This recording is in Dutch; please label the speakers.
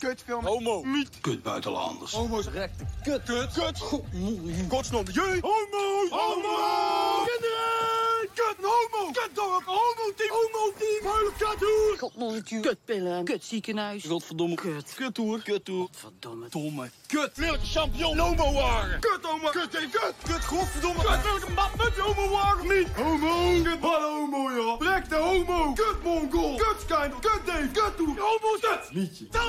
Speaker 1: kutfilm.
Speaker 2: Homo.
Speaker 1: Niet.
Speaker 3: Kut buitenlanders.
Speaker 2: Homo's rechte kut. Kut. Kut. Godsnom. Jee. Homo's.
Speaker 1: Homo!
Speaker 2: Kinderen. Kut. Homo. Kut dorp. Homo team. Homo team. Vuile kuthoer.
Speaker 4: Godmonnetje. Kutpillen. Kutziekenhuis.
Speaker 2: Godverdomme. Kut. Kuthoer. Kuthoer.
Speaker 4: Verdomme.
Speaker 2: Domme kut. Welke champignon. Homo wagen. Kut homo. Kut tegen kut. Kut. Godverdomme. Kut. Welke map met homo wagen niet. Homo. Kut. Wat homo ja. Rekte homo. Kut mongol. Kut Kut Dave. Kut hoer. Homo. Kut. Nietje. Tel